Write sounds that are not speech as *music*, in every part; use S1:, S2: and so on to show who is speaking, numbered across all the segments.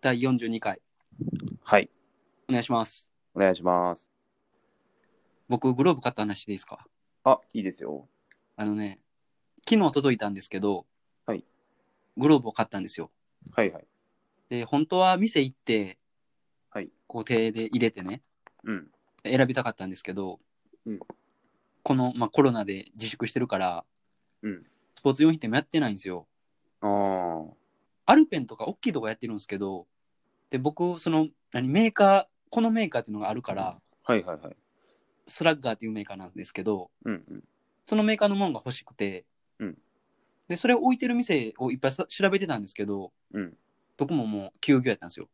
S1: 第42回、
S2: はい。
S1: お願いします。
S2: お願いします。
S1: 僕、グローブ買った話でいいですか
S2: あ、いいですよ。
S1: あのね、昨日届いたんですけど、
S2: はい
S1: グローブを買ったんですよ。
S2: はいはい。
S1: で、本当は店行って、
S2: はい
S1: こう手で入れてね、
S2: うん。
S1: 選びたかったんですけど、
S2: うん
S1: この、まあ、コロナで自粛してるから、
S2: うん。
S1: スポーツ用品店もやってないんですよ。
S2: あ
S1: アルペンとか大きいとこやってるんですけど、で、僕、その、何、メーカー、このメーカーっていうのがあるから、
S2: あ。はいはいはい。
S1: スラッガーっていうメーカーなんですけど、
S2: うんうん。
S1: そのメーカーのものが欲しくて、
S2: うん
S1: で、それを置いてる店をいっぱいさ調べてたんですけど、
S2: うん。
S1: どこももう休業やったんですよ。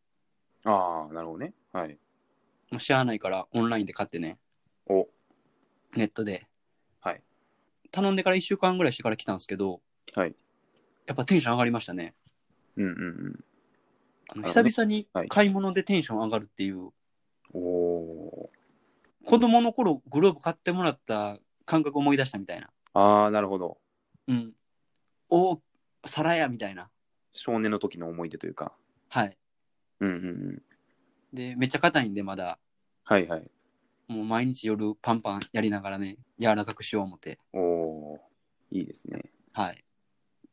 S2: ああ、なるほどね。はい。
S1: もうしゃあないからオンラインで買ってね、
S2: お、
S1: ネットで。
S2: はい。
S1: 頼んでから1週間ぐらいしてから来たんですけど、
S2: はい。
S1: やっぱテンション上がりましたね。
S2: うんうん
S1: あの
S2: なる
S1: 久
S2: ほど
S1: 々に
S2: はい
S1: 買い物でテンション上がるっていう、
S2: うん。お
S1: 子供の頃グローブ買ってもらった感覚思い出したみたいな。
S2: ー。ああ、なるほど。
S1: うん。おお、皿やみたいな。
S2: 少年の時の思い出というか。
S1: はい。
S2: うんうんうん。
S1: で、めっちゃ硬いんでまだ、
S2: はいはい。
S1: もう毎日夜パンパンやりながらね、柔らかくしよう思って。
S2: おー。いいですね。
S1: はい。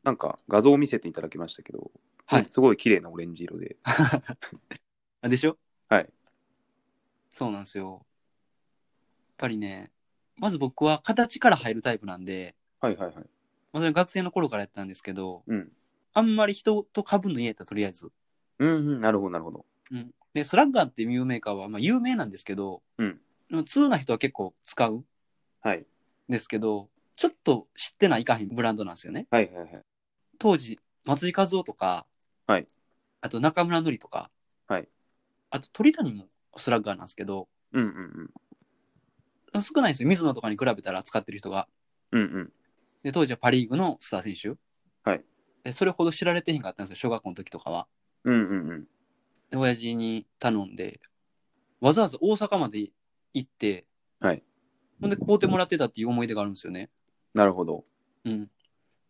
S2: なんか画像を見せていただきましたけど、
S1: はい。
S2: すごい綺麗なオレンジ色で。
S1: あでしょ
S2: はい。
S1: そうなんですよ。やっぱりね、まず僕は形から入るタイプなんで、
S2: はいはいはい。
S1: まあ、それ学生の頃からやったんですけど、
S2: うん。
S1: あんまり人と株の家やったとりあえず。
S2: うんうん。なるほどなるほど。
S1: うん。で、スラッガーっていうメーカーは、まあ、有名なんですけど、
S2: うん。
S1: 通な人は結構使うん
S2: はい。
S1: ですけど、ちょっと知ってないかへんブランドなんですよね。
S2: はいはいはい。
S1: 当時松井和夫とか、
S2: はい
S1: あと中村のりとか、
S2: はい
S1: あと鳥谷もスラッガーなんですけど
S2: うんうん
S1: 少ないんですよ水野とかに比べたら使ってる人が
S2: うん。うんうん。
S1: で当時はパ・リーグのスター選手、
S2: はい
S1: でそれほど知られてへんかったんですよ小学校の時とかは
S2: うんうんうん。
S1: で親父に頼んでわざわざ大阪まで行って、
S2: はい
S1: ほんで買うてもらってたっていう思い出があるんですよね
S2: なるほど。
S1: うん。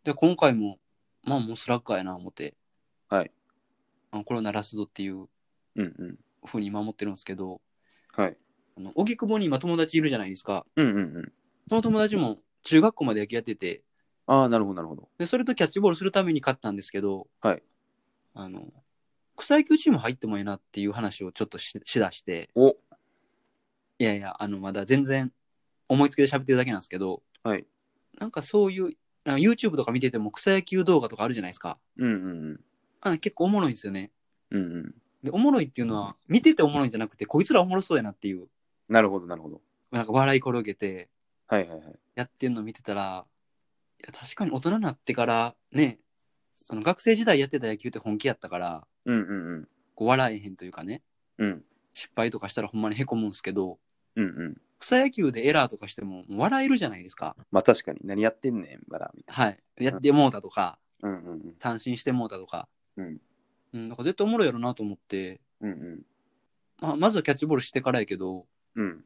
S1: で、今回も、まあもうスラッガーやな、思って。
S2: はい。
S1: あのコロナラストっていう
S2: うんうん。
S1: ふうに守ってるんですけど、
S2: はい。
S1: あの、荻窪に今友達いるじゃないですか。
S2: うんうんうん。
S1: その友達も中学校まで野球やってて、
S2: ああ、なるほど、なるほど。
S1: で、それとキャッチボールするために勝ったんですけど、
S2: はい。
S1: あの、草野球チーム入ってもいいなっていう話をちょっとししだして、
S2: お
S1: いやいや、あの、まだ全然思いつきで喋ってるだけなんですけど、
S2: はい。
S1: なんかそういう、あの YouTube とか見てても草野球動画とかあるじゃないですか。
S2: うんうん
S1: あの結構おもろいんですよね。
S2: うん。うんうん。
S1: で、おもろいっていうのは、見てておもろいんじゃなくて、こいつらおもろそうやなっていう、
S2: なるほど、なるほど。
S1: なんか笑い転げて、
S2: はいはいはい。
S1: やってんの見てたら、いや、確かに大人になってから、ね、その学生時代やってた野球って本気やったから、
S2: うんうんうん。
S1: こう笑えへんというかね、
S2: うん
S1: 失敗とかしたらほんまにへこむんすけど、
S2: うんうん。
S1: 草野球でエラーとかしても、もう笑えるじゃないですか。
S2: まあ確かに、何やってんねん、まだ、みたい
S1: はい。やってもうたとか、
S2: な。うんうんうん。
S1: 単身してもうたとか。
S2: うん。
S1: うん、なんか絶対おもろいやろなと思って、
S2: うんうん。
S1: まあ、まずはキャッチボールしてからやけど、
S2: うん。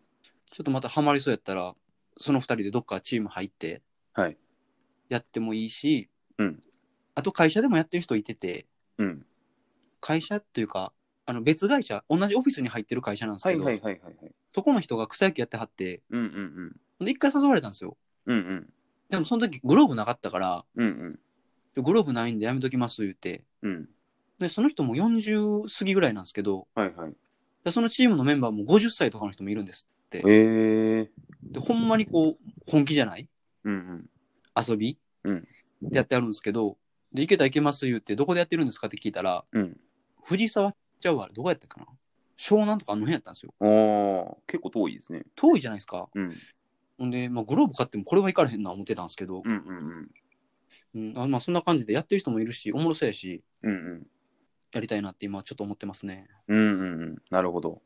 S1: ちょっとまたハマりそうやったら、その二人でどっかチーム入って、
S2: はい。
S1: やってもいいし、
S2: うん
S1: あと会社でもやってる人いてて、
S2: うん。
S1: 会社っていうか、あの別会社、同じオフィスに入ってる会社なんです
S2: は
S1: け
S2: い
S1: ど、
S2: はいはいはいはい。
S1: そこの人が草野球やってはって、
S2: うんうんうん。
S1: で、一回誘われたんですよ。
S2: うんうん。
S1: でもその時グローブなかったから、
S2: うんうん。
S1: グローブないんでやめときます言って、
S2: うん。
S1: で、その人も40過ぎぐらいなんですけど、
S2: はいはい。
S1: でそのチームのメンバーも50歳とかの人もいるんです。
S2: ええ。
S1: で、ほんまにこう、本気じゃない
S2: うんうん。
S1: 遊び、
S2: うん
S1: でやってあるんですけど、で、行けたら行けます言って、どこでやってるんですかって聞いたら、
S2: うん。
S1: 藤沢ちゃうわ、どこやったかな湘南とかあの辺やったんですよ。
S2: ああ、結構遠いですね。
S1: 遠いじゃないですか。
S2: うん。
S1: ほんで、まあ、グローブ買ってもこれはいかれへんな思ってたんですけど、
S2: うんうんうん。
S1: うんあまあ、そんな感じでやってる人もいるし、おもろそうやし、
S2: うんうん。
S1: やりたいなって今ちょっと思ってますね。
S2: うんうんうん。なるほど。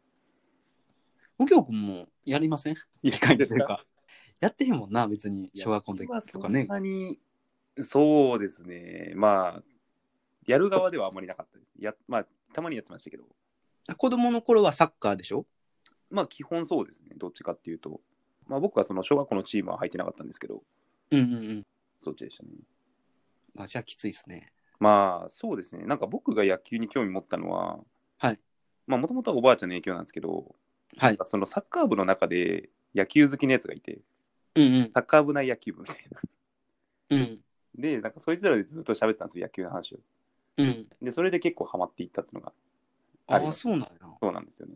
S1: 右京君もやりません
S2: い
S1: 機械というか。 *laughs* やってへんもんな、別に小学校の時とかね
S2: そん。なに、そうですね。まあ、やる側ではあまりなかったです。やまあ、たまにやってましたけど、
S1: 子供の頃はサッカーでしょ
S2: まあ、基本そうですね。どっちかっていうと。まあ、僕はその小学校のチームは入ってなかったんですけど、
S1: うんうんうん。
S2: そっちでしたね。
S1: まあ、じゃあきついですね。
S2: まあ、そうですね。なんか僕が野球に興味持ったのは、
S1: はい
S2: まあもともとはおばあちゃんの影響なんですけど、
S1: はい。
S2: そのサッカー部の中で野球好きのやつがいて、
S1: うんうん。
S2: サッカー部内野球部みたいな。
S1: うん。
S2: で、なんかそいつらでずっと喋ってたんですよ、野球の話を。
S1: うん。
S2: で、それで結構ハマっていったっていうのが、
S1: あ
S2: あり
S1: あ、
S2: ます
S1: そうなんや。
S2: そうなんですよね。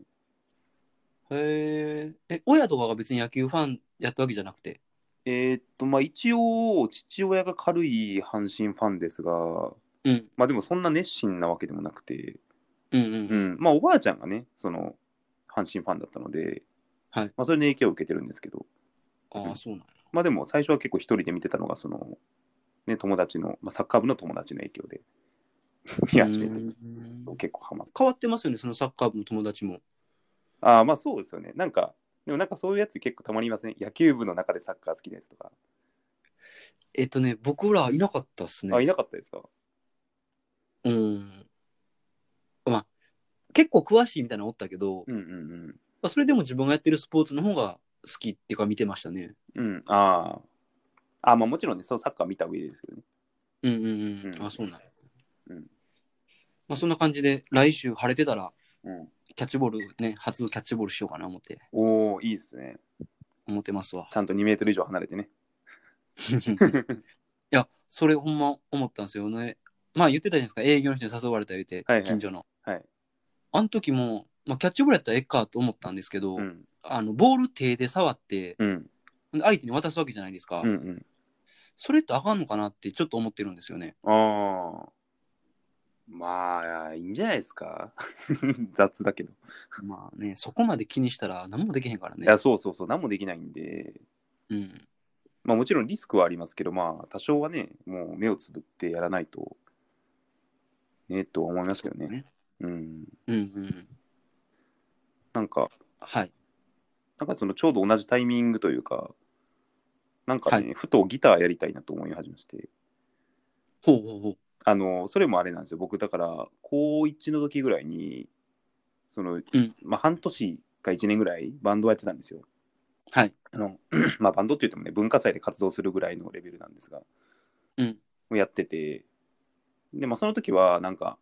S1: へえ。え、親とかが別に野球ファンやったわけじゃなくて。
S2: えーっと、まあ一応、父親が軽い阪神ファンですが、
S1: うん。
S2: まあでもそんな熱心なわけでもなくて、
S1: うんう。
S2: うんん、まあおばあちゃんがね、その、阪神ファンだったので、
S1: はい
S2: まあそれに影響を受けてるんですけど、
S1: ああ、そうなんや。
S2: まあでも最初は結構一人で見てたのが、その、ね、友達の、まあ、サッカー部の友達の影響で、 *laughs* 見始めて、
S1: うん
S2: 結構ハマって。
S1: 変わってますよね、そのサッカー部の友達も。
S2: ああ、まあそうですよね。なんか、でもなんかそういうやつ結構たまにいません、野球部の中でサッカー好きなやつとか。
S1: えっとね、僕らいなかったっす
S2: あ、
S1: ね。
S2: いなかったですか
S1: うん。まあ、結構詳しいみたいなのおったけど、
S2: うんうん
S1: まあ、それでも自分がやってるスポーツの方が好きっていうか見てましたね。
S2: うん。うん、ああ。あまあもちろんね、そうサッカー見た上でですけどね。
S1: うんうんうん。
S2: うん
S1: あ、そうなんや。
S2: うん
S1: まあ、そんな感じで、来週晴れてたら、
S2: うん、
S1: キャッチボールね、初キャッチボールしようかな思って、
S2: おおいいですね。
S1: 思ってます
S2: *laughs*
S1: わ。
S2: ちゃんと2メートル以上離れてね。
S1: いや、それほんま思ったんですよね。まあ言ってたじゃないですか、営業の人に誘われた言うて、
S2: はいはい
S1: 近所の。
S2: はい。
S1: あの時も、まあ、キャッチボールやったらええかと思ったんですけど、
S2: うん。
S1: あのボール手で触って、
S2: うん。
S1: で相手に渡すわけじゃないですか、
S2: うんうん。
S1: それってあかんのかなってちょっと思ってるんですよね。
S2: ああ。まあ、いいんじゃないですか。 *laughs* 雑だけど。
S1: まあね、そこまで気にしたら何もできへんから
S2: い
S1: ね
S2: や、。そうそうそう、何もできないんで、
S1: うん。
S2: まあもちろんリスクはありますけど、まあ多少はね、もう目をつぶってやらないと、ね、と思いますけどね。
S1: ね
S2: うん。
S1: うんうん。
S2: なんか、
S1: はい。
S2: なんかそのちょうど同じタイミングというか、なんかね、
S1: は
S2: ふとギターやりたいなと思い始めて、
S1: ほうほうほう。
S2: あの、それもあれなんですよ、僕だから、高1の時ぐらいに、その、
S1: ん
S2: まあ半年か1年ぐらいバンドをやってたんですよ。
S1: はい。
S2: あの、 *clears throat* まあバンドって言ってもね、文化祭で活動するぐらいのレベルなんですが、
S1: うん。
S2: やってて、で、まあその時は、なんか、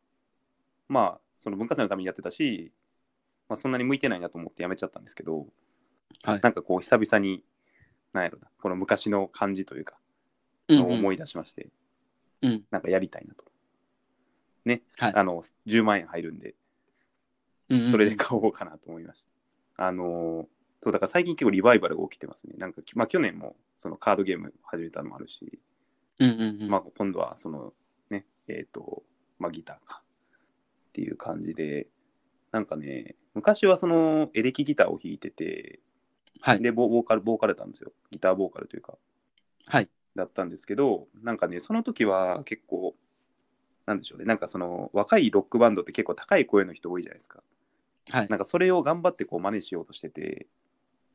S2: まあ、その文化祭のためにやってたし、まあそんなに向いてないなと思ってやめちゃったんですけど、
S1: はい。
S2: なんかこう久々に、なんやろな、この昔の感じというか、
S1: うん
S2: のを思
S1: い。
S2: い出しまして、
S1: うん。
S2: なんかやりたいなと。ね、
S1: はい
S2: あの10万円入るんで、
S1: うんうんうん
S2: それで買おうかなと思いました。あのーそう、だから最近結構リバイバルが起きてますね。なんか、まあ去年もそのカードゲーム始めたのもあるし、
S1: うんうんうん。
S2: まあ今度はそのね、えっ、と、まあギターかっていう感じで、なんかね、昔はそのエレキギターを弾いてて、
S1: はい。
S2: で、ボボーカル、ボーカルだったんですよ。ギターボーカルというか。
S1: はい。
S2: だったんですけど、なんかね、その時は結構、なんでしょうね、なんかその若いロックバンドって結構高い声の人多いじゃないですか。
S1: はい。
S2: なんかそれを頑張ってこう真似しようとしてて、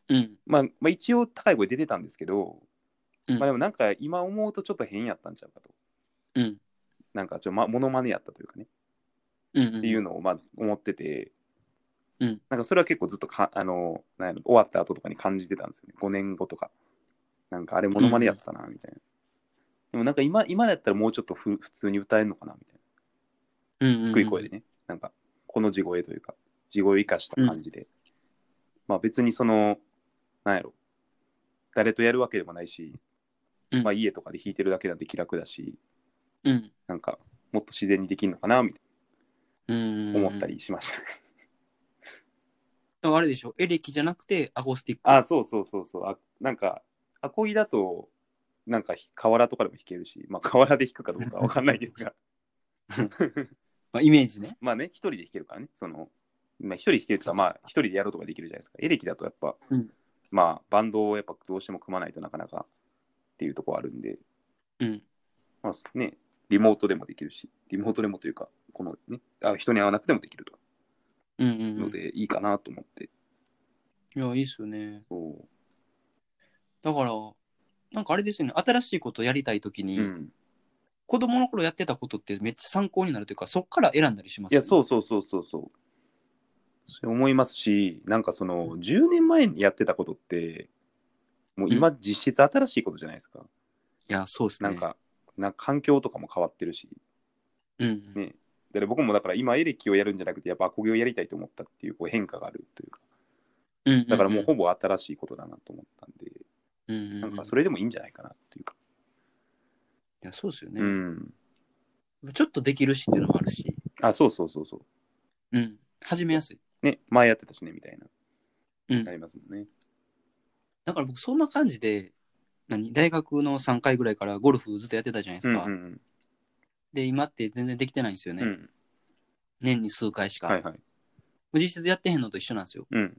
S1: うん。
S2: まあ、まあ、一応高い声出てたんですけど、
S1: うん
S2: まあでもなんか今思うとちょっと変やったんちゃうかと。
S1: うん。
S2: なんかちょっと、ま、モノマネやったというかね、
S1: うん。。
S2: っていううんのをまあ思ってて、
S1: うん
S2: なんかそれは結構ずっとかあのなんやろ終わった後とかに感じてたんですよね5年後とかなんかあれモノマネやったなみたいな、でもなんか今今だったらもうちょっとふ普通に歌えるのかなみたい
S1: うんうん。
S2: な低い声でね、なんかこの地声というか地声を生かした感じで、まあ別にそのなんやろ誰とやるわけでもないし、
S1: うん
S2: まあ家とかで弾いてるだけなんて気楽だし
S1: うん。
S2: なんかもっと自然にできるのかなみたい
S1: うん。
S2: な思った。りしました、
S1: だからあれでしょ、エレキじゃなくてアコースティック。
S2: *laughs* あ、そうそうそうそう。あなんか、アコギだと、なんかひ、河原とかでも弾けるし、まあ、河原で弾くかどうかわかんないですが、
S1: まあ、イメージね。
S2: まあね、一人で弾けるからね、その、まあ、一人弾けるとか、まあ、一人でやろうとかできるじゃないですか。エレキだとやっぱ、
S1: うん
S2: まあ、バンドをやっぱどうしても組まないとなかなかっていうところあるんで、
S1: うん。
S2: まあね、リモートでもできるし、リモートでもというか、このね、あ人に会わなくてもできると。
S1: うんうんう
S2: の
S1: ん。い
S2: で、いいかなと思って。
S1: や、いいっすよね。
S2: そ
S1: だから、なんかあれですよね、新しいことやりたいとき
S2: う
S1: に、
S2: うん。
S1: 子供の頃やってたことってめっちゃ参考になるというか、そっから選んだりします。
S2: いや、そううそうそうそうそう。それ思いますし、なんかその、10年前にやってたことって、もう今実質新しいことじゃないですか。
S1: いや、そうですね。
S2: なんか、なんか環境とかも変わってるし、
S1: うん。
S2: ねで僕もだから今エレキをやるんじゃなくてやっぱアコギをやりたいと思ったっていうこう変化があるというか
S1: うんうんうん
S2: だからもうほぼ新しいことだなと思ったんで、
S1: うんうんうん
S2: なんかそれでもいいんじゃないかなっていうか、
S1: いやそうですよ
S2: う
S1: ね、
S2: ん、
S1: ちょっとできるしっていうのもあるし、
S2: あそうそうそうそう
S1: うん、始めやすい。
S2: ね前やってたしねみたいな、
S1: うん
S2: なりますもんね
S1: だから僕、そんな感じで、何大学の3回ぐらいからゴルフずっとやってたじゃないで
S2: う
S1: す
S2: ん
S1: か。
S2: うん
S1: で、今って全然できてないんですよ
S2: う
S1: ね。
S2: ん、うん、
S1: 年に数回しか。
S2: はいはい
S1: 実質やってへんのと一緒なんですよ。
S2: うん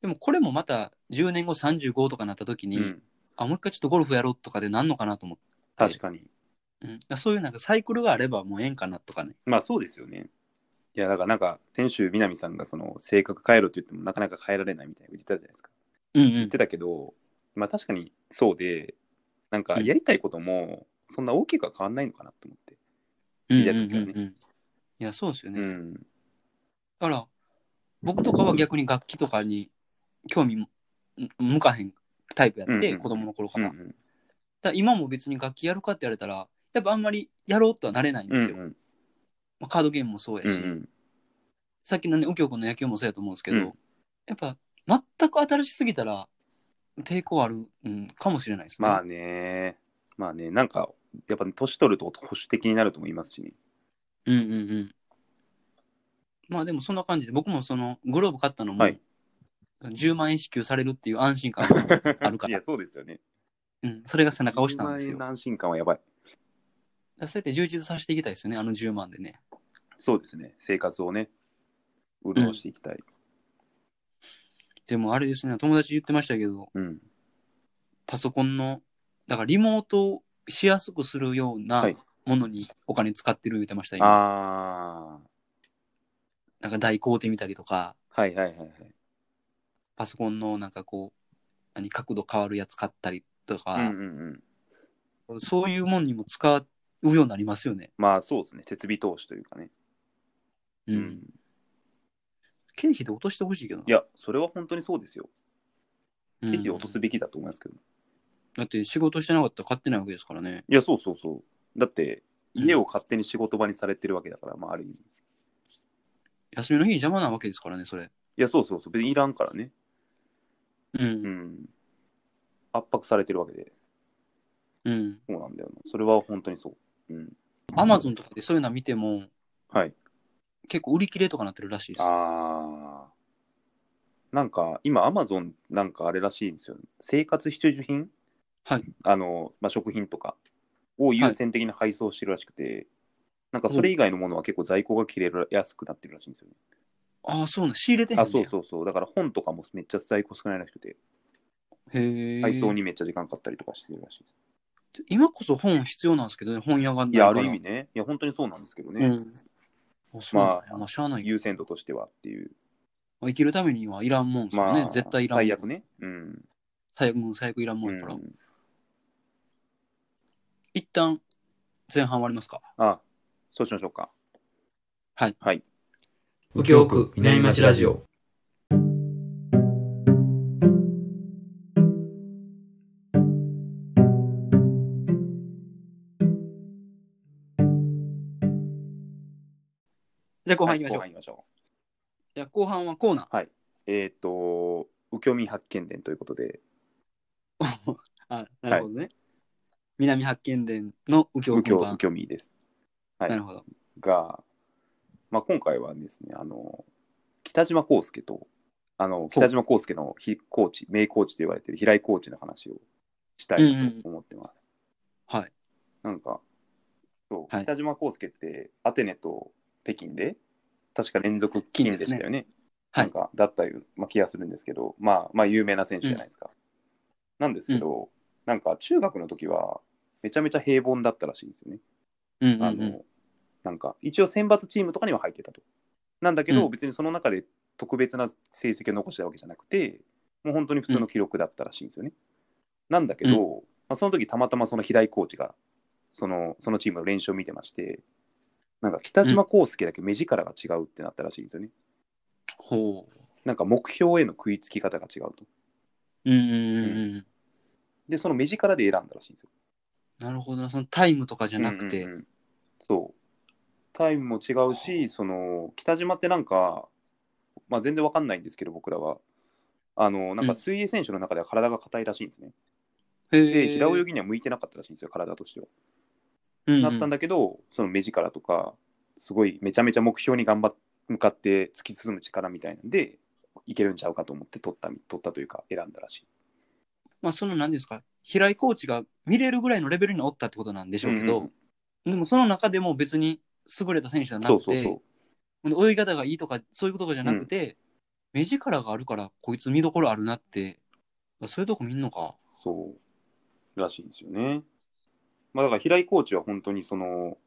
S1: でもこれもまた10年後35とかなった時に、
S2: うん
S1: あ、もう一回ちょっとゴルフやろうとかでなんのかなと思って。
S2: 確かに
S1: うん、だからそういうなんかサイクルがあればもうええんかなとかね。
S2: まあそうですよねいやだからなんか先週南さんがその性格変えろって言ってもなかなか変えられないみたいなこと言ってたじゃないですか
S1: うんう
S2: 言っ
S1: ん
S2: て。たけど、まあ確かにそうでなんかやりたいこともそんな大きくは変わんないのかなと思って
S1: うん
S2: いいやつだよね
S1: うんうんうんいや、そうですよね。
S2: う
S1: だ
S2: ん
S1: から、僕とかは逆に楽器とかに興味もん向かへんタイプや
S2: う
S1: っ
S2: んうん
S1: て、
S2: うん
S1: 子供の頃か
S2: うん
S1: ら。
S2: うん
S1: だから今も別に楽器やるかって言われたら、やっぱあんまりやろうとはなれないん
S2: う
S1: で
S2: ん
S1: すよ。
S2: うん
S1: まあ、カードゲームもそうや
S2: う
S1: し、
S2: ん
S1: さっきのね、右京君の野球もそうやと思うんですけど、
S2: うん
S1: やっぱ全く新しすぎたら抵抗ある、うん、かもしれないですね。
S2: まあねまあねなんかやっぱ年取ると保守的になると思いますしね
S1: うんうんうん。まあでもそんな感じで、僕もそのグローブ買ったのも、
S2: はい
S1: 10万円支給されるっていう安心感が、 *laughs* あるから
S2: いやそうですよね
S1: うん、それが背中を押したんです
S2: 10
S1: よ。だか
S2: 万円の安心感はやばい
S1: らそうやって充実させていきたいですよね、あの10万でね。
S2: そうですね生活をね潤していきたい
S1: でもあれですね、友達言ってましたけど、
S2: うん
S1: パソコンの、だからリモートをしやすくするような
S2: はい
S1: ものにお金使ってる言ってました、今
S2: あ
S1: なんか代行ってみたりとか、
S2: あはいはいはいはい
S1: パソコンのなんかこう、何、角度変わるやつ買ったりとか、
S2: うんうんうん
S1: そういうもんにも使うようになりますよね。
S2: まあそうですね設備投資というかね
S1: うん。経費で落としてほしいけどな。
S2: いやそれは本当にそうですよ
S1: うん、
S2: 経費を落とすべきだと思いますけど、
S1: だって仕事してなかったら買ってないわけですからね。
S2: いやそうそうそうだって
S1: うん
S2: 家を勝手に仕事場にされてるわけだから、まあある意味い
S1: 休みの日に邪魔なわけですからね、それ。
S2: やそうそうそう別にいらんからね
S1: う。
S2: うんん圧迫されてるわけで
S1: うん。
S2: そうなんだよなそれは本当にそううん
S1: アマゾンとかでそういうの見ても、
S2: はい
S1: 結構売り切れとかなってるらしいです。
S2: あーなんか今アマゾンなんかあれらしいんですよ生活必需品
S1: はい
S2: あの、まあ、食品とかを優先的に配送してるらしくて、なんかそれ以外のものは結構在庫が切れるやすくなってるらしいんですよね、
S1: ああ、そうなん。仕入れてへんね
S2: あ
S1: や
S2: そうそうそうだから本とかもめっちゃ在庫少ないらしくて
S1: へえ。
S2: 配送にめっちゃ時間かかったりとかしてるらしいです、
S1: 今こそ本必要なんですけどね、本屋がない
S2: い
S1: か
S2: や
S1: ら。
S2: ある意味ねいや本当にそうなんですけどね、
S1: うん。あそうなんや
S2: まあ
S1: まあ、しゃあないけど
S2: 優先度としてはっていう
S1: 生きるためにはいらんもんですよ
S2: まあ、
S1: ね。絶対いらんもん。
S2: 最悪ねうん
S1: 最悪。もう最悪いらんもんやから。
S2: うん
S1: 一旦、前半終わりますか。
S2: あそうしましょうか
S1: はい
S2: はい
S3: 右京区南町ラジオ。
S1: じゃあ後半行きましょう。
S2: はい後半行きましょう
S1: じゃあ後半はコーナ
S2: えっ、と、右京民発見伝ということで、
S1: ー。 *laughs* あ、なるほどね。南八犬伝の右京
S2: 右京
S1: 本番
S2: 右。京民です。は
S1: なる
S2: い。
S1: ほど。
S2: が、まあ、今回はですね、あの、北島康介と、あの、北島康介の非コーチ、名コーチと言われてる平井コーチの話をしたいなと思ってます。
S1: はい。
S2: なんか、そう、
S1: はい
S2: 北島康介って、アテネと北京で、確か連続金でしたよね。
S1: は
S2: なん
S1: い。
S2: かだったような気がするんですけど、まあ、まあ有名な選手じゃないですか。なんですけど、なんか中学の時はめちゃめちゃ平凡だったらしいんですよね。
S1: うんうん
S2: あ
S1: うん
S2: のなんか一応選抜チームとかには入ってたと。なんだけど、
S1: うん
S2: 別にその中で特別な成績を残したわけじゃなくて、もう本当に普通の記録だったらしいんですよね。なんだけど、まあ、その時たまたまその平井コーチがそのそのチームの練習を見てまして、なんか北島康介だけ目力が違うってなったらしいんですよね。
S1: ほう。
S2: なんか目標への食いつき方が違うと。
S1: うんうんうんうん。
S2: で、その目力で選んだらしいんですよ。
S1: なるほどな。そのタイムとかじゃなくて。
S2: うんうんうんそう。タイムも違うし、その北島ってなんか、まあ、全然わかんないんですけど、僕らは。あのなん
S1: う
S2: か
S1: ん
S2: 水泳選手の中では体が硬いらしいんですね。
S1: へー
S2: で、平泳ぎには向いてなかったらしいんですよ、体としては。
S1: うん
S2: なったんだけど、その目力とか、すごいめちゃめちゃ目標に頑張っ向かって突き進む力みたいなんで、いけるんちゃうかと思って取った、取ったというか、選んだらしい。
S1: まあ、その何ですか、平井コーチが見れるぐらいのレベルにおったってことなんでしょうけど、
S2: うんうん
S1: でもその中でも別に優れた選手じゃな
S2: そう
S1: く
S2: そう
S1: て、
S2: そう。
S1: ほんで泳ぎ方がいいとか、そういうことかじゃなくて、目力があるから、こいつ見どころあるなって、そういうとこ見んのか。
S2: そうらしいんですよね。まあ、だから平井コーチは本当にその、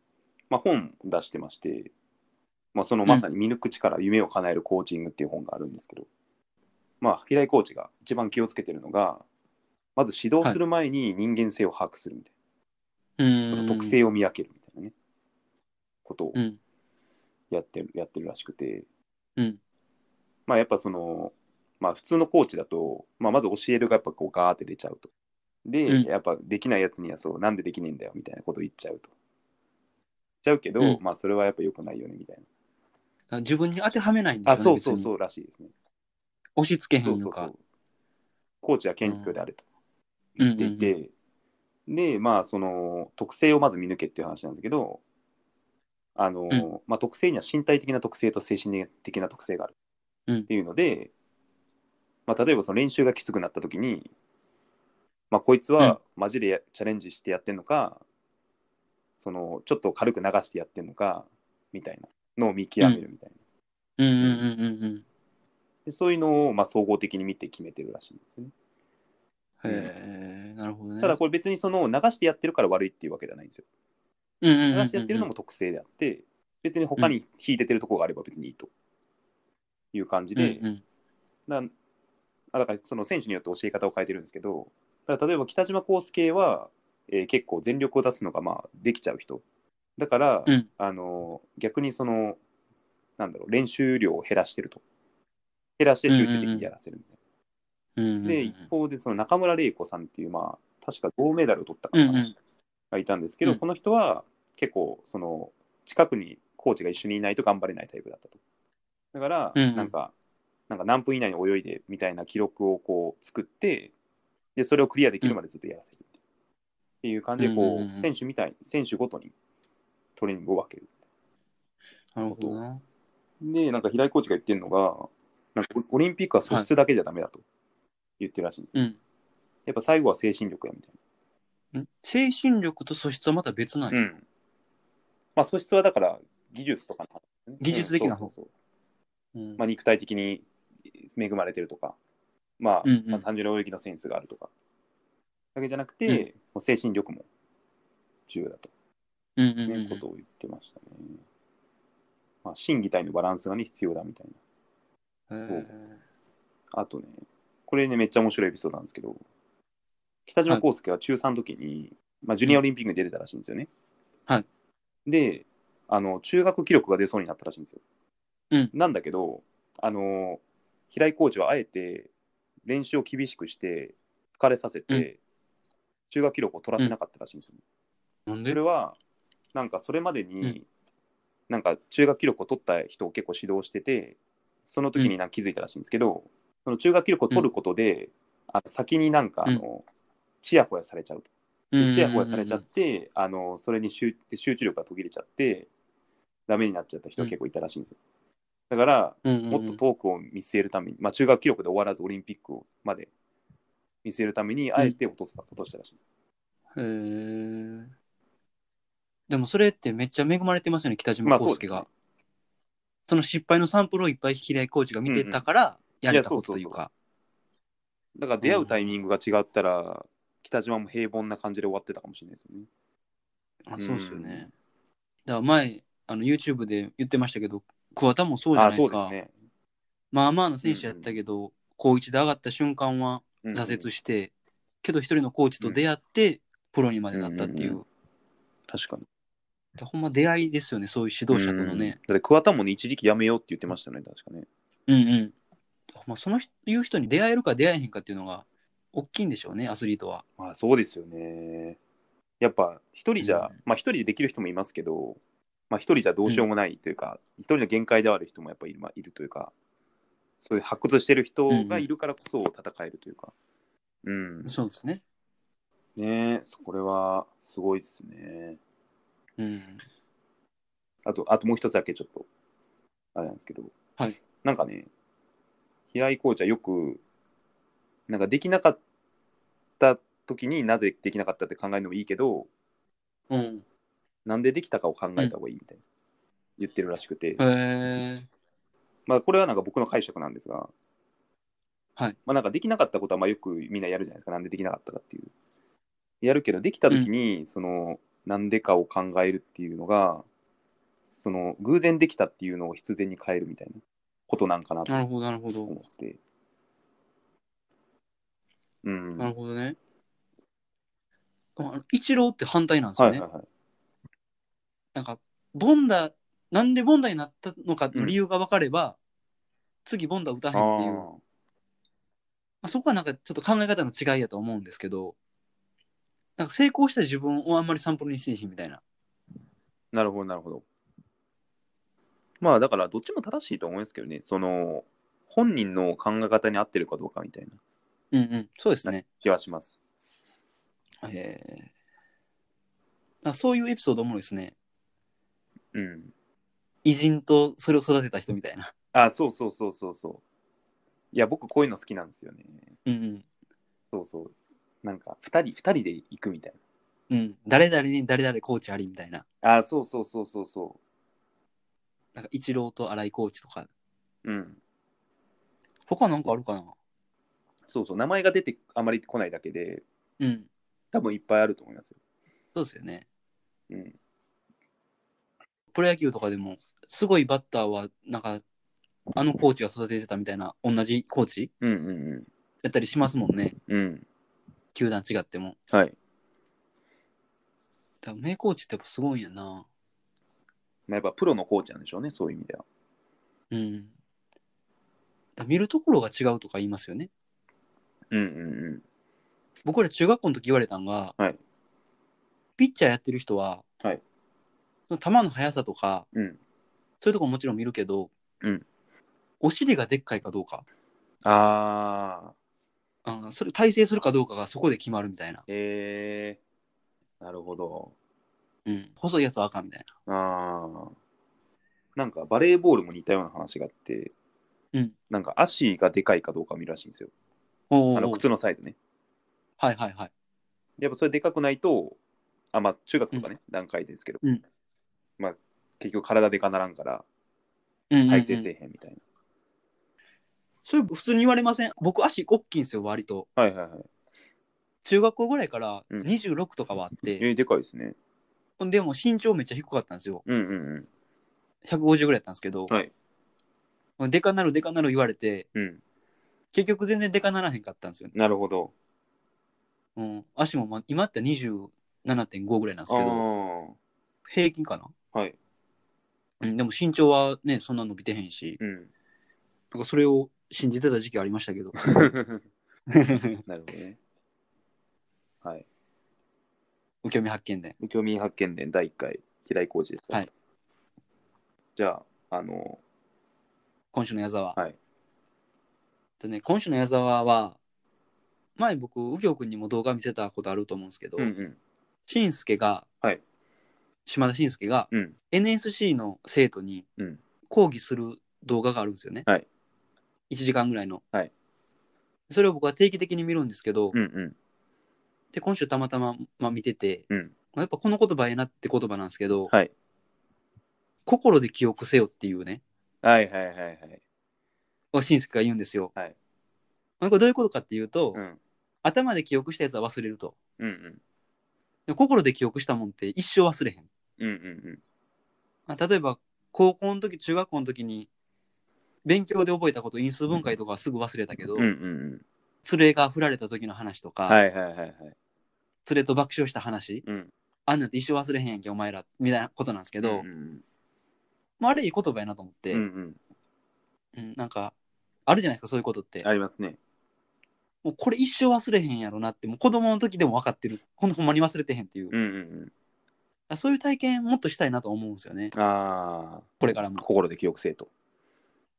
S2: まあ、本出してまして、まあ、そのまさに見抜く力、夢を叶えるコーチングっていう本があるんですけど、まあ、平井コーチが一番気をつけてるのが、まず指導する前に人間性を把握するみたいな、
S1: うん。
S2: 特性を見分けるみたいなね、ことを
S1: うん。
S2: やってるやってるらしくて、
S1: うん
S2: まあ、やっぱその、まあ、普通のコーチだと、まあ、まず教えるがやっぱこうガーって出ちゃうと。で、
S1: うん
S2: やっぱできないやつにはそう、なんでできねえんだよみたいなこと言っちゃうと。しちゃうけど、
S1: うん
S2: まあそれはやっぱ良くないよねみたい
S1: だから自分に当てはめないんです
S2: な。
S1: よ
S2: あ、
S1: ね。
S2: そうそう
S1: う。
S2: そうらしいですね。
S1: 押し付けへ
S2: そ
S1: ん
S2: うそ
S1: の
S2: うそ
S1: か
S2: う。。コーチは謙虚であれと
S1: うん
S2: 言っていて、で、まあその特性をまず見抜けっていう話なんですけど、あの、
S1: うん
S2: まあ特性には身体的な特性と精神的な特性がある
S1: うん
S2: っていうので、まあ例えばその練習がきつくなった時に、まあこいつはマジでやチャレンジしてやってんのか、そのちょっと軽く流してやってんのかみたいなのを見極めるみたいな。
S1: うんうんうんうんうん。
S2: でそういうのをまあ総合的に見て決めてるらしいんですよね。
S1: へえ、なるほどね。
S2: ただこれ別にその流してやってるから悪いっていうわけじゃないんですよ。
S1: うんうんうんうん
S2: 流してやってるのも特性であって、別に他に引いててるところがあれば別にいいという感じ
S1: うん
S2: で、
S1: うん
S2: なあだからその選手によって教え方を変えてるんですけど、だから例えば北島康介は、えー結構全力を出すのがまあできちゃう人。だから、
S1: うん
S2: あの逆にその、なんだろう、練習量を減らしてると。減らして集中的にやらせるみたいな。
S1: うんうんうん
S2: で、一方で、その中村玲子さんっていう、まあ、確か銅メダルを取ったか
S1: う
S2: な、
S1: んうん
S2: がいたんですけど、
S1: うん
S2: この人は結構その近くにコーチが一緒にいないと頑張れないタイプだったと。だから、
S1: うんうん
S2: なんかなんか何分以内に泳いでみたいな記録をこう作ってでそれをクリアできるまでずっとやらせるって,、っていう感じでこう、
S1: うんうんうん
S2: 選手みたい選手ごとにトレーニングを分ける。
S1: なるほどな。
S2: でなんか平井コーチが言ってるのがなんかオリンピックは素質だけじゃダメだと言ってるらしいんです
S1: う
S2: よ。
S1: ん。
S2: やっぱ最後は精神力やみたい
S1: ん精神力と素質はまた別なん
S2: な。
S1: や。
S2: うんまあ、素質はだから技術とかの話ですね
S1: 技術的な
S2: うんそうそうそ
S1: う
S2: う
S1: ん
S2: まあ、肉体的に恵まれてるとか、まあ
S1: うんうん
S2: まあ単純に泳ぎのセンスがあるとかだけじゃなくて、
S1: うん
S2: もう精神力も重要だと
S1: うんうんうん
S2: いうことを言ってましたね。まあ、心技体のバランスが、ね、必要だみたい
S1: へえ
S2: な。あとね、これね、めっちゃ面白いエピソードなんですけど、北島康介は中3の時に、まあ、ジュニアオリンピックに出てたらしいんですよね。
S1: はい
S2: であの、中学記録が出そうになったらしいんですよ。
S1: うん
S2: なんだけど、あの平井コーチはあえて練習を厳しくして、疲れさせて、
S1: うん
S2: 中学記録を取らせなかったらしいんですよ。
S1: なん
S2: そ
S1: で
S2: れは、なんかそれまでに、
S1: うん
S2: なんか中学記録を取った人を結構指導してて、その時になんか気づいたらしいんですけど、その中学記録を取ることで、あ先になんかあの、ちやほやされちゃうと。でちやほやされちゃっ。て、あのそれに集集中力が途切れちゃって、ダメになっちゃった人が結構いたらしいんですよ。だから、
S1: うんうんうん
S2: もっと遠くを見据えるために、まあ、中学記録で終わらずオリンピックまで見据えるために、あえて落とした,、落としたらしいんです
S1: へ
S2: よ。
S1: え。でもそれってめっちゃ恵まれてますよね、北島
S2: まあそう
S1: 康
S2: です
S1: 介
S2: ね
S1: が。その失敗のサンプルをいっぱい平井コーチが見てたから、やれたことというか。
S2: だから出会うタイミングが違ったら、北島も平凡な感じで終わってたかもしれないですよね。
S1: あ
S2: うん
S1: そうですよね。だから前、あの YouTube で言ってましたけど、桑田もそうじゃ
S2: あ
S1: ないで
S2: そ
S1: す
S2: うです
S1: か。
S2: ね。
S1: まあまあな選手やったけど、高1で上がった瞬間は
S2: うん
S1: 挫折して、けど一人のコーチと出会って、プロにまでなったっていう。
S2: うんうん確かに。
S1: ほんま出会いですよね、そういう指導者との
S2: うん
S1: ね。
S2: だって桑田もね、一時期やめようって言ってましたね、確かね。
S1: うんうん。まあ、その人いう人に出会えるか出会えへんかっていうのが大きいんでしょうね、アスリートは。
S2: まあそうですよね。やっぱ一人じゃ、
S1: う
S2: まあ一人でできる人もいますけど、まあ、一人じゃどうしようもないというか、一人の限界である人もやっぱりいる,、まあ、いるというか、そういう発掘してる人がいるからこそ戦えるというか、うん、
S1: そうですね。
S2: ねえ、これはすごいですね。
S1: うん。
S2: あと、あともう一つだけちょっと、あれなんですけど、
S1: はい。
S2: なんかね、平井コーチはよく、なんかできなかった時になぜできなかったって考えるのもいいけど、
S1: うん。
S2: なんでできたかを考えた方がいいみたいな、言ってるらしくて、
S1: へえ。
S2: まあこれはなんか僕の解釈なんですが、
S1: はい。
S2: まあなんかできなかったことはまあよくみんなやるじゃないですか、なんでできなかったかっていう。やるけど、できた時に、その、なんでかを考えるっていうのが、その、偶然できたっていうのを必然に変えるみたいなことなんかなと
S1: なるほど、なるほど。
S2: 思って。うん。
S1: な
S2: は
S1: るほどね。あ一郎って反対なんですよ
S2: いは
S1: ね。
S2: いはい。
S1: なんか、ボンダ、なんでボンダになったのかの理由が分かれば、次ボンダ打たへ
S2: あ
S1: んっていう、ま
S2: ー
S1: あ、そこはなんかちょっと考え方の違いやと思うんですけど、なんか成功した自分をあんまりサンプルにせえへんみたいな。
S2: なるほど、なるほど。まあだから、どっちも正しいと思うんですけどね、その、本人の考え方に合ってるかどうかみたいな
S1: うんうん、そうですね。
S2: 気はします。
S1: えー、なんかそういうエピソードおもろいですね。
S2: うん。
S1: 偉人とそれを育てた人みたいな。
S2: あ、そうそうそうそうそう。いや、僕こういうの好きなんですよね。
S1: うん
S2: そうそう。なんか、二人、二人で行くみたい
S1: うん。うん、誰々に誰々コーチありみたいな。
S2: な。あ、そうそうそうそうそ
S1: なんか、一郎と新井コーチとか。
S2: う。うん。
S1: 他なんかあるかな
S2: そうそう。名前が出てあまり来ないだけで、
S1: うん。
S2: 多分いっぱいあると思いますよ。
S1: そうですよね。
S2: うん。
S1: プロ野球とかでも、すごいバッターは、なんか、あのコーチが育ててたみたいな、同じコーチ
S2: うんうん
S1: やったりしますもんね。
S2: うん。うん。
S1: 球団違っても。
S2: はい。
S1: だから名コーチってやっぱすごいんやな。
S2: まあ、やっぱプロのコーチなんでしょうね、そういう意味では。
S1: うん。だから見るところが違うとか言いますよね。
S2: うんうんうん。
S1: 僕ら中学校の時言われたのが、
S2: はい
S1: ピッチャーやってる人は、
S2: はい
S1: その球の速さとか、
S2: うん。
S1: そういうとこももちろん見るけど、
S2: うん
S1: お尻がでっかいかどうか、
S2: あー。
S1: あそれ体制するかどうかがそこで決まるみたいな。
S2: えー。なるほど。
S1: うん、細いやつは赤みたい
S2: あー。なんか、バレーボールも似たような話があって、
S1: うん
S2: なんか足がでかいかどうか見るらしいんですよ。
S1: な。おー
S2: あの靴のサイズね。
S1: はいはいはい。
S2: でやっぱそれでかくないと、あ、まあ中学とかね、段階ですけど、
S1: うん
S2: まあ結局体でかならんから
S1: うんうんうん
S2: 体勢せえへんみたいな。
S1: それ普通に言われません僕足大きいんですよ割と
S2: はいはいはい。
S1: 中学校ぐらいから
S2: うん
S1: 26とかはあって、
S2: えーでかいですね。
S1: ほんでも身長めっちゃ低かったんですよ
S2: うんうん
S1: 150ぐらいやったんですけど、
S2: はい
S1: でかなるでかなる言われて
S2: うん。うん。
S1: 結局全然でかならへんかったんですよね、
S2: なるほど。
S1: うん、足も、ま、今って27.5ぐらいなんですけど
S2: あ
S1: 平均かな、
S2: あ。はい。
S1: うん、でも身長はねそんな伸びてへんし *laughs*
S2: うん。
S1: なんかそれを信じてた時期ありました
S2: *laughs*
S1: けど
S2: なるほどね。はい。
S1: お興味発見で
S2: 無興味発見伝第1回、平井浩二でした。
S1: はい。
S2: じゃあ、あの、
S1: 今週の矢沢
S2: はい
S1: とね今週の矢沢は前僕右京君にも動画見せたことあると思うんですけど、
S2: うんうん。
S1: しんすけが、
S2: はい
S1: 島田紳助が
S2: うん。
S1: NSC の生徒に
S2: うん
S1: 講義する動画があるんですよね、
S2: はい
S1: 1時間ぐらいの、
S2: はい
S1: それを僕は定期的に見るんですけど、
S2: うんうん。
S1: で今週たまたま、まあ、見てて、
S2: うん
S1: まあやっぱこの言葉ええなって言葉なんですけど、
S2: はい。
S1: 心で記憶せよっていうね
S2: はいはいはいはい。
S1: 紳助が言うんですよ、
S2: はい
S1: まあこれどういうことかっていうと、
S2: うん。
S1: 頭で記憶したやつは忘れると
S2: うんうん。
S1: で心で記憶したもんって一生忘れへん
S2: うんうん
S1: まあ、例えば高校の時中学校の時に勉強で覚えたこと因数分解とかはすぐ忘れたけど、
S2: うん。うんうんうん。
S1: 連れが振られた時の話とか、
S2: はいはいはいはい。
S1: 連れと爆笑した話
S2: うん。
S1: あんなんて一生忘れへんやんけお前らみたいなことなんですけど、
S2: うんうん
S1: まあ、あれいい言葉やなと思って、
S2: う
S1: うん
S2: うんん
S1: なんかあるじゃないですかそういうことって
S2: ありますね。
S1: もうこれ一生忘れへんやろなってもう子供の時でも分かってるほんほんまに忘れてへんっていう、
S2: うんうん
S1: あそういう体験もっとしたいなと思うんですよね。
S2: あ
S1: これから
S2: あ、
S1: も。
S2: 心で記憶せえと。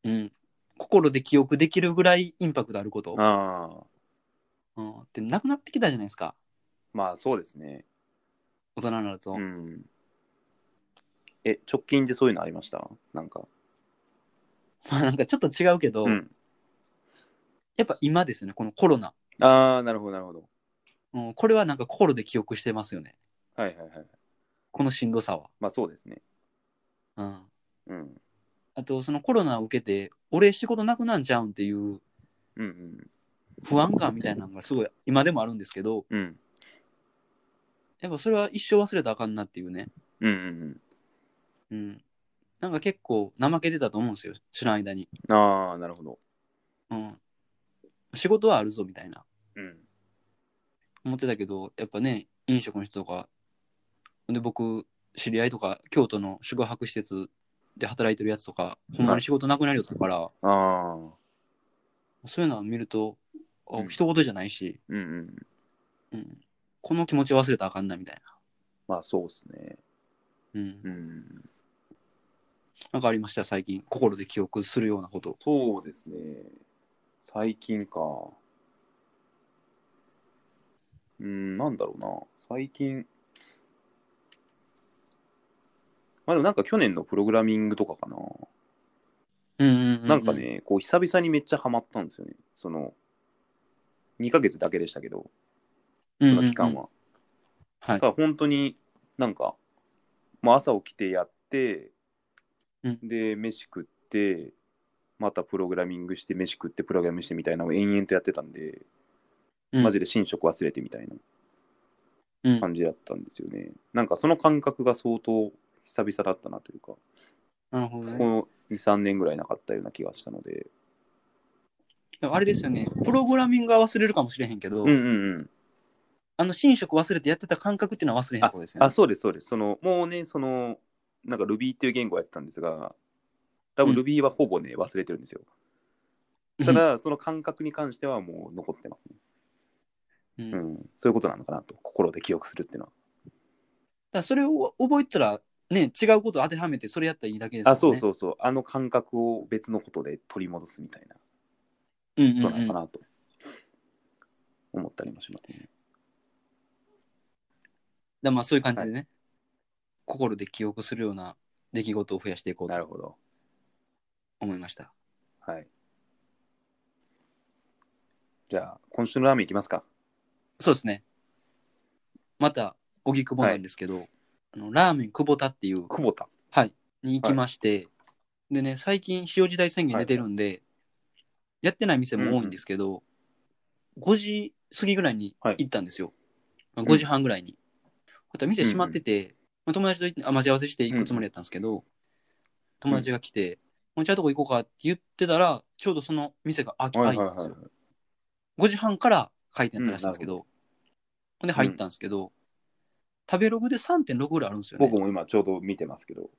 S1: うん。心で記憶できるぐらいインパクトあること。
S2: あ
S1: う
S2: あ、
S1: ん。ってなくなってきたじゃないですか。
S2: まあそうですね。
S1: 大人になると。
S2: うん。え、直近でそういうのありましたなんか。
S1: まあなんかちょっと違うけど、
S2: うん。
S1: やっぱ今ですよね、このコロナ。
S2: ああ、なるほど、なるほど。
S1: うん、これはなんか心で記憶してますよね。
S2: はいはいはい。
S1: このしんどさは。
S2: まあそうですね。
S1: うん。
S2: うん。
S1: あと、そのコロナを受けて、俺仕事なくなんちゃうんっていう
S2: うんうん。
S1: 不安感みたいなのがすごい今でもあるんですけど、
S2: うん。
S1: やっぱそれは一生忘れたらあかんなっていうね。
S2: うんうん
S1: うん。なんか結構怠けてたと思うんですよ、知らん間に。
S2: うん。ああ、なるほど。
S1: うん。仕事はあるぞみたいな。
S2: うん。
S1: 思ってたけど、やっぱね、飲食の人とか、で、僕、知り合いとか、京都の宿泊施設で働いてるやつとか、ほんまに仕事なくなるよとから、
S2: ああ、
S1: そういうのを見ると、あ、
S2: うん
S1: 一言じゃないし、
S2: うんうん。
S1: うん、この気持ち忘れたらあかんなみたい
S2: まあそうですね。
S1: な。うん。
S2: うん。
S1: なんかありました、最近。心で記憶するようなこと。
S2: そうですね。最近か。うん、なんだろうな。最近。まあでもなんか去年のプログラミングとかかな。
S1: うんうんうう
S2: なんか。ね、こう久々にめっちゃハマったんですよね。その、2ヶ月だけでしたけど、
S1: こ
S2: この期間。は。
S1: はい
S2: た。だ本当になんか、まあ、朝起きてやって、
S1: うん
S2: で飯食ってまたプログラミングして飯食ってプログラムしてみたいなのを延々とやってたんで、
S1: うん
S2: マジで寝食忘れてみたいな
S1: うん
S2: 感じだったんですよね、なんかその感覚が相当久々だったなというか、
S1: なるほど
S2: こ
S1: ね。
S2: の23年ぐらいなかったような気がしたので
S1: だからあれですよね、プログラミングは忘れるかもしれへんけど、
S2: うんうんうん
S1: あの、寝食忘れてやってた感覚っていうのは忘れへんことですよね。
S2: あそうですそうですそのもうねそのなんか Ruby っていう言語をやってたんですが多分
S1: うん
S2: Ruby はほぼね忘れてるんですよ、
S1: うん
S2: ただ、その感覚に関してはもう残ってますね。
S1: うん
S2: う
S1: だか
S2: ん。そういうことなのかなと、心で記憶するっていうのは。
S1: らそれを覚えたら、ね、違うことを当てはめて、それやったらいいだけですから
S2: あ、
S1: ね。
S2: そうそうそう。あの感覚を別のことで取り戻すみたいなこ
S1: うんうんうん。
S2: となのかなと思ったりもしますね。
S1: だまあそういう感じでね、心で記憶するような出来事を増やしていこう
S2: なる
S1: と
S2: ほど。
S1: 思いました。
S2: はい。じゃあ、今週のラーメンいきますか。
S1: そうですね。また、荻窪なんですけど、あのラーメン久保田っていう、
S2: 久保田。
S1: はい、に行きまして、でね、最近、使用時代宣言出てるんで、やってない店も多いんですけど、5時過ぎぐらいに行ったんですよ。
S2: ん
S1: 5時半ぐらいに。また店閉まってて、まあ、友達と行ってあ待ち合わせして行くつもりだったんですけど、友達が来て、もうじゃあどこ行こうかって言ってたら、ちょうどその店が開き開いたんですよ。5時半から開店やったらしいんですけど、ほんで入ったんですけど、食べログで3.6ぐらいあるんですよね。
S2: 僕も今ちょうど見てますけど。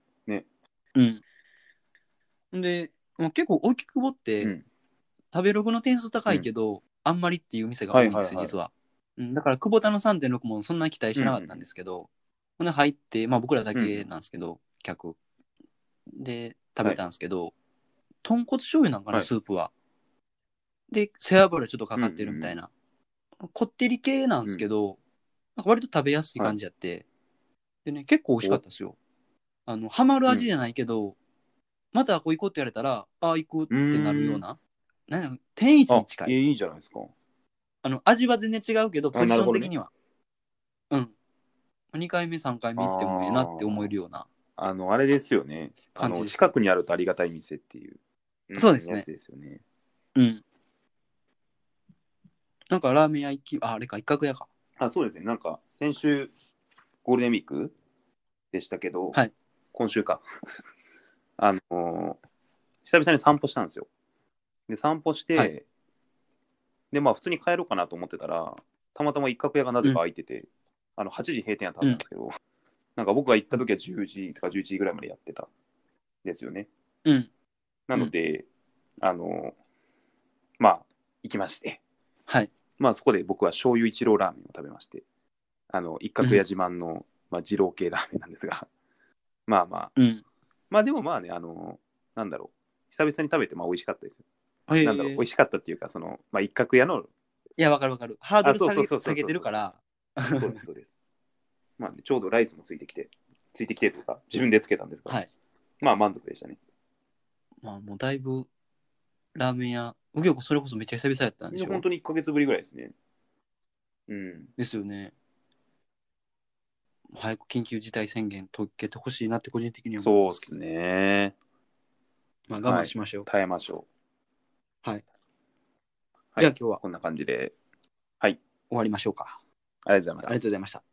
S1: うん。で、まあ、結構大きくぼって、
S2: うん
S1: 食べログの点数高いけど、あんまりっていう店が多いんですよ、
S2: はいはいはい
S1: 実は。うん、だから、久保田の3.6もそんなに期待してなかったんですけど、ほんで入って、まあ僕らだけなんですけど、客。で、食べたんですけど、豚骨醤油なんかな、
S2: はい
S1: スープは。で、背脂ちょっとかかってるみたいな。こってり系なんですけど、なんか割と食べやすい感じやって、でね、結構美味しかったですよ。あの、ハマる味じゃないけど、またこう行こうって言われたら、ああ、行くってなるような、なんやろ天一
S2: あ
S1: に近、
S2: い
S1: い。
S2: やいいじゃないですか。
S1: あの、味は全然違うけど、ポジシ
S2: なる
S1: ョ
S2: ほ
S1: ン
S2: どね
S1: 的には。うん。2回目、3回目行ってもええなって思えるような。
S2: あの、あれですよね。あ
S1: 感じ
S2: の
S1: です
S2: 近くにあるとありがたい店っていう。ん
S1: そうですね
S2: やつですよね。
S1: うん。なんかラーメン屋行き、あ、あれか、一角屋か。
S2: あ、そうですね。なんか、先週、ゴールデンウィークでしたけど、
S1: はい
S2: 今週か。 *laughs* あのー久々に散歩したんですよ。で、散歩して、
S1: はい
S2: で、まあ、普通に帰ろうかなと思ってたら、たまたま一角屋がなぜか開いてて、あの8時閉店やったんですけど、なんか僕が行った時は10時とか11時ぐらいまでやってたんですよね。
S1: うん。
S2: なので、あのまあ、行きまして、
S1: はい。
S2: まあ、そこで僕は醤油一郎ラーメンを食べまして、あの、一角屋自慢のまあ、二郎系ラーメンなんですが、 *laughs* まあまあ、
S1: うん。
S2: まあでもまあね、あの、なんだろう、久々に食べて、まあ美味しかったですよ。
S1: えー
S2: なんだろう、美味しかったっていうか、その、まあ一角屋の、
S1: いや、わかるわかる。ハードル
S2: あ
S1: 下
S2: そう
S1: げ
S2: そうそうそ
S1: 下
S2: う
S1: げてるから。
S2: そうです、そう *laughs* です。まあね、ちょうどライスもついてきて、ついてきてというか、自分でつけたんですが、
S1: はい。
S2: まあ満足でしたね。
S1: まあ、もうだいぶ、ラーメン屋、右京子それこそめっちゃ久々やったんでしょ。
S2: 本当に1ヶ月ぶりぐらいですね。うん。
S1: ですよね。早く緊急事態宣言解けてほしいなって個人的には
S2: そう
S1: う
S2: で。すね。
S1: まあ我慢しましょう。
S2: 耐えましょ
S1: はい。
S2: はい
S1: では今日は
S2: う。こんな感じで、
S1: 終わりましょうか。
S2: ありがとうございま
S1: あ
S2: した
S1: り。がとうございました。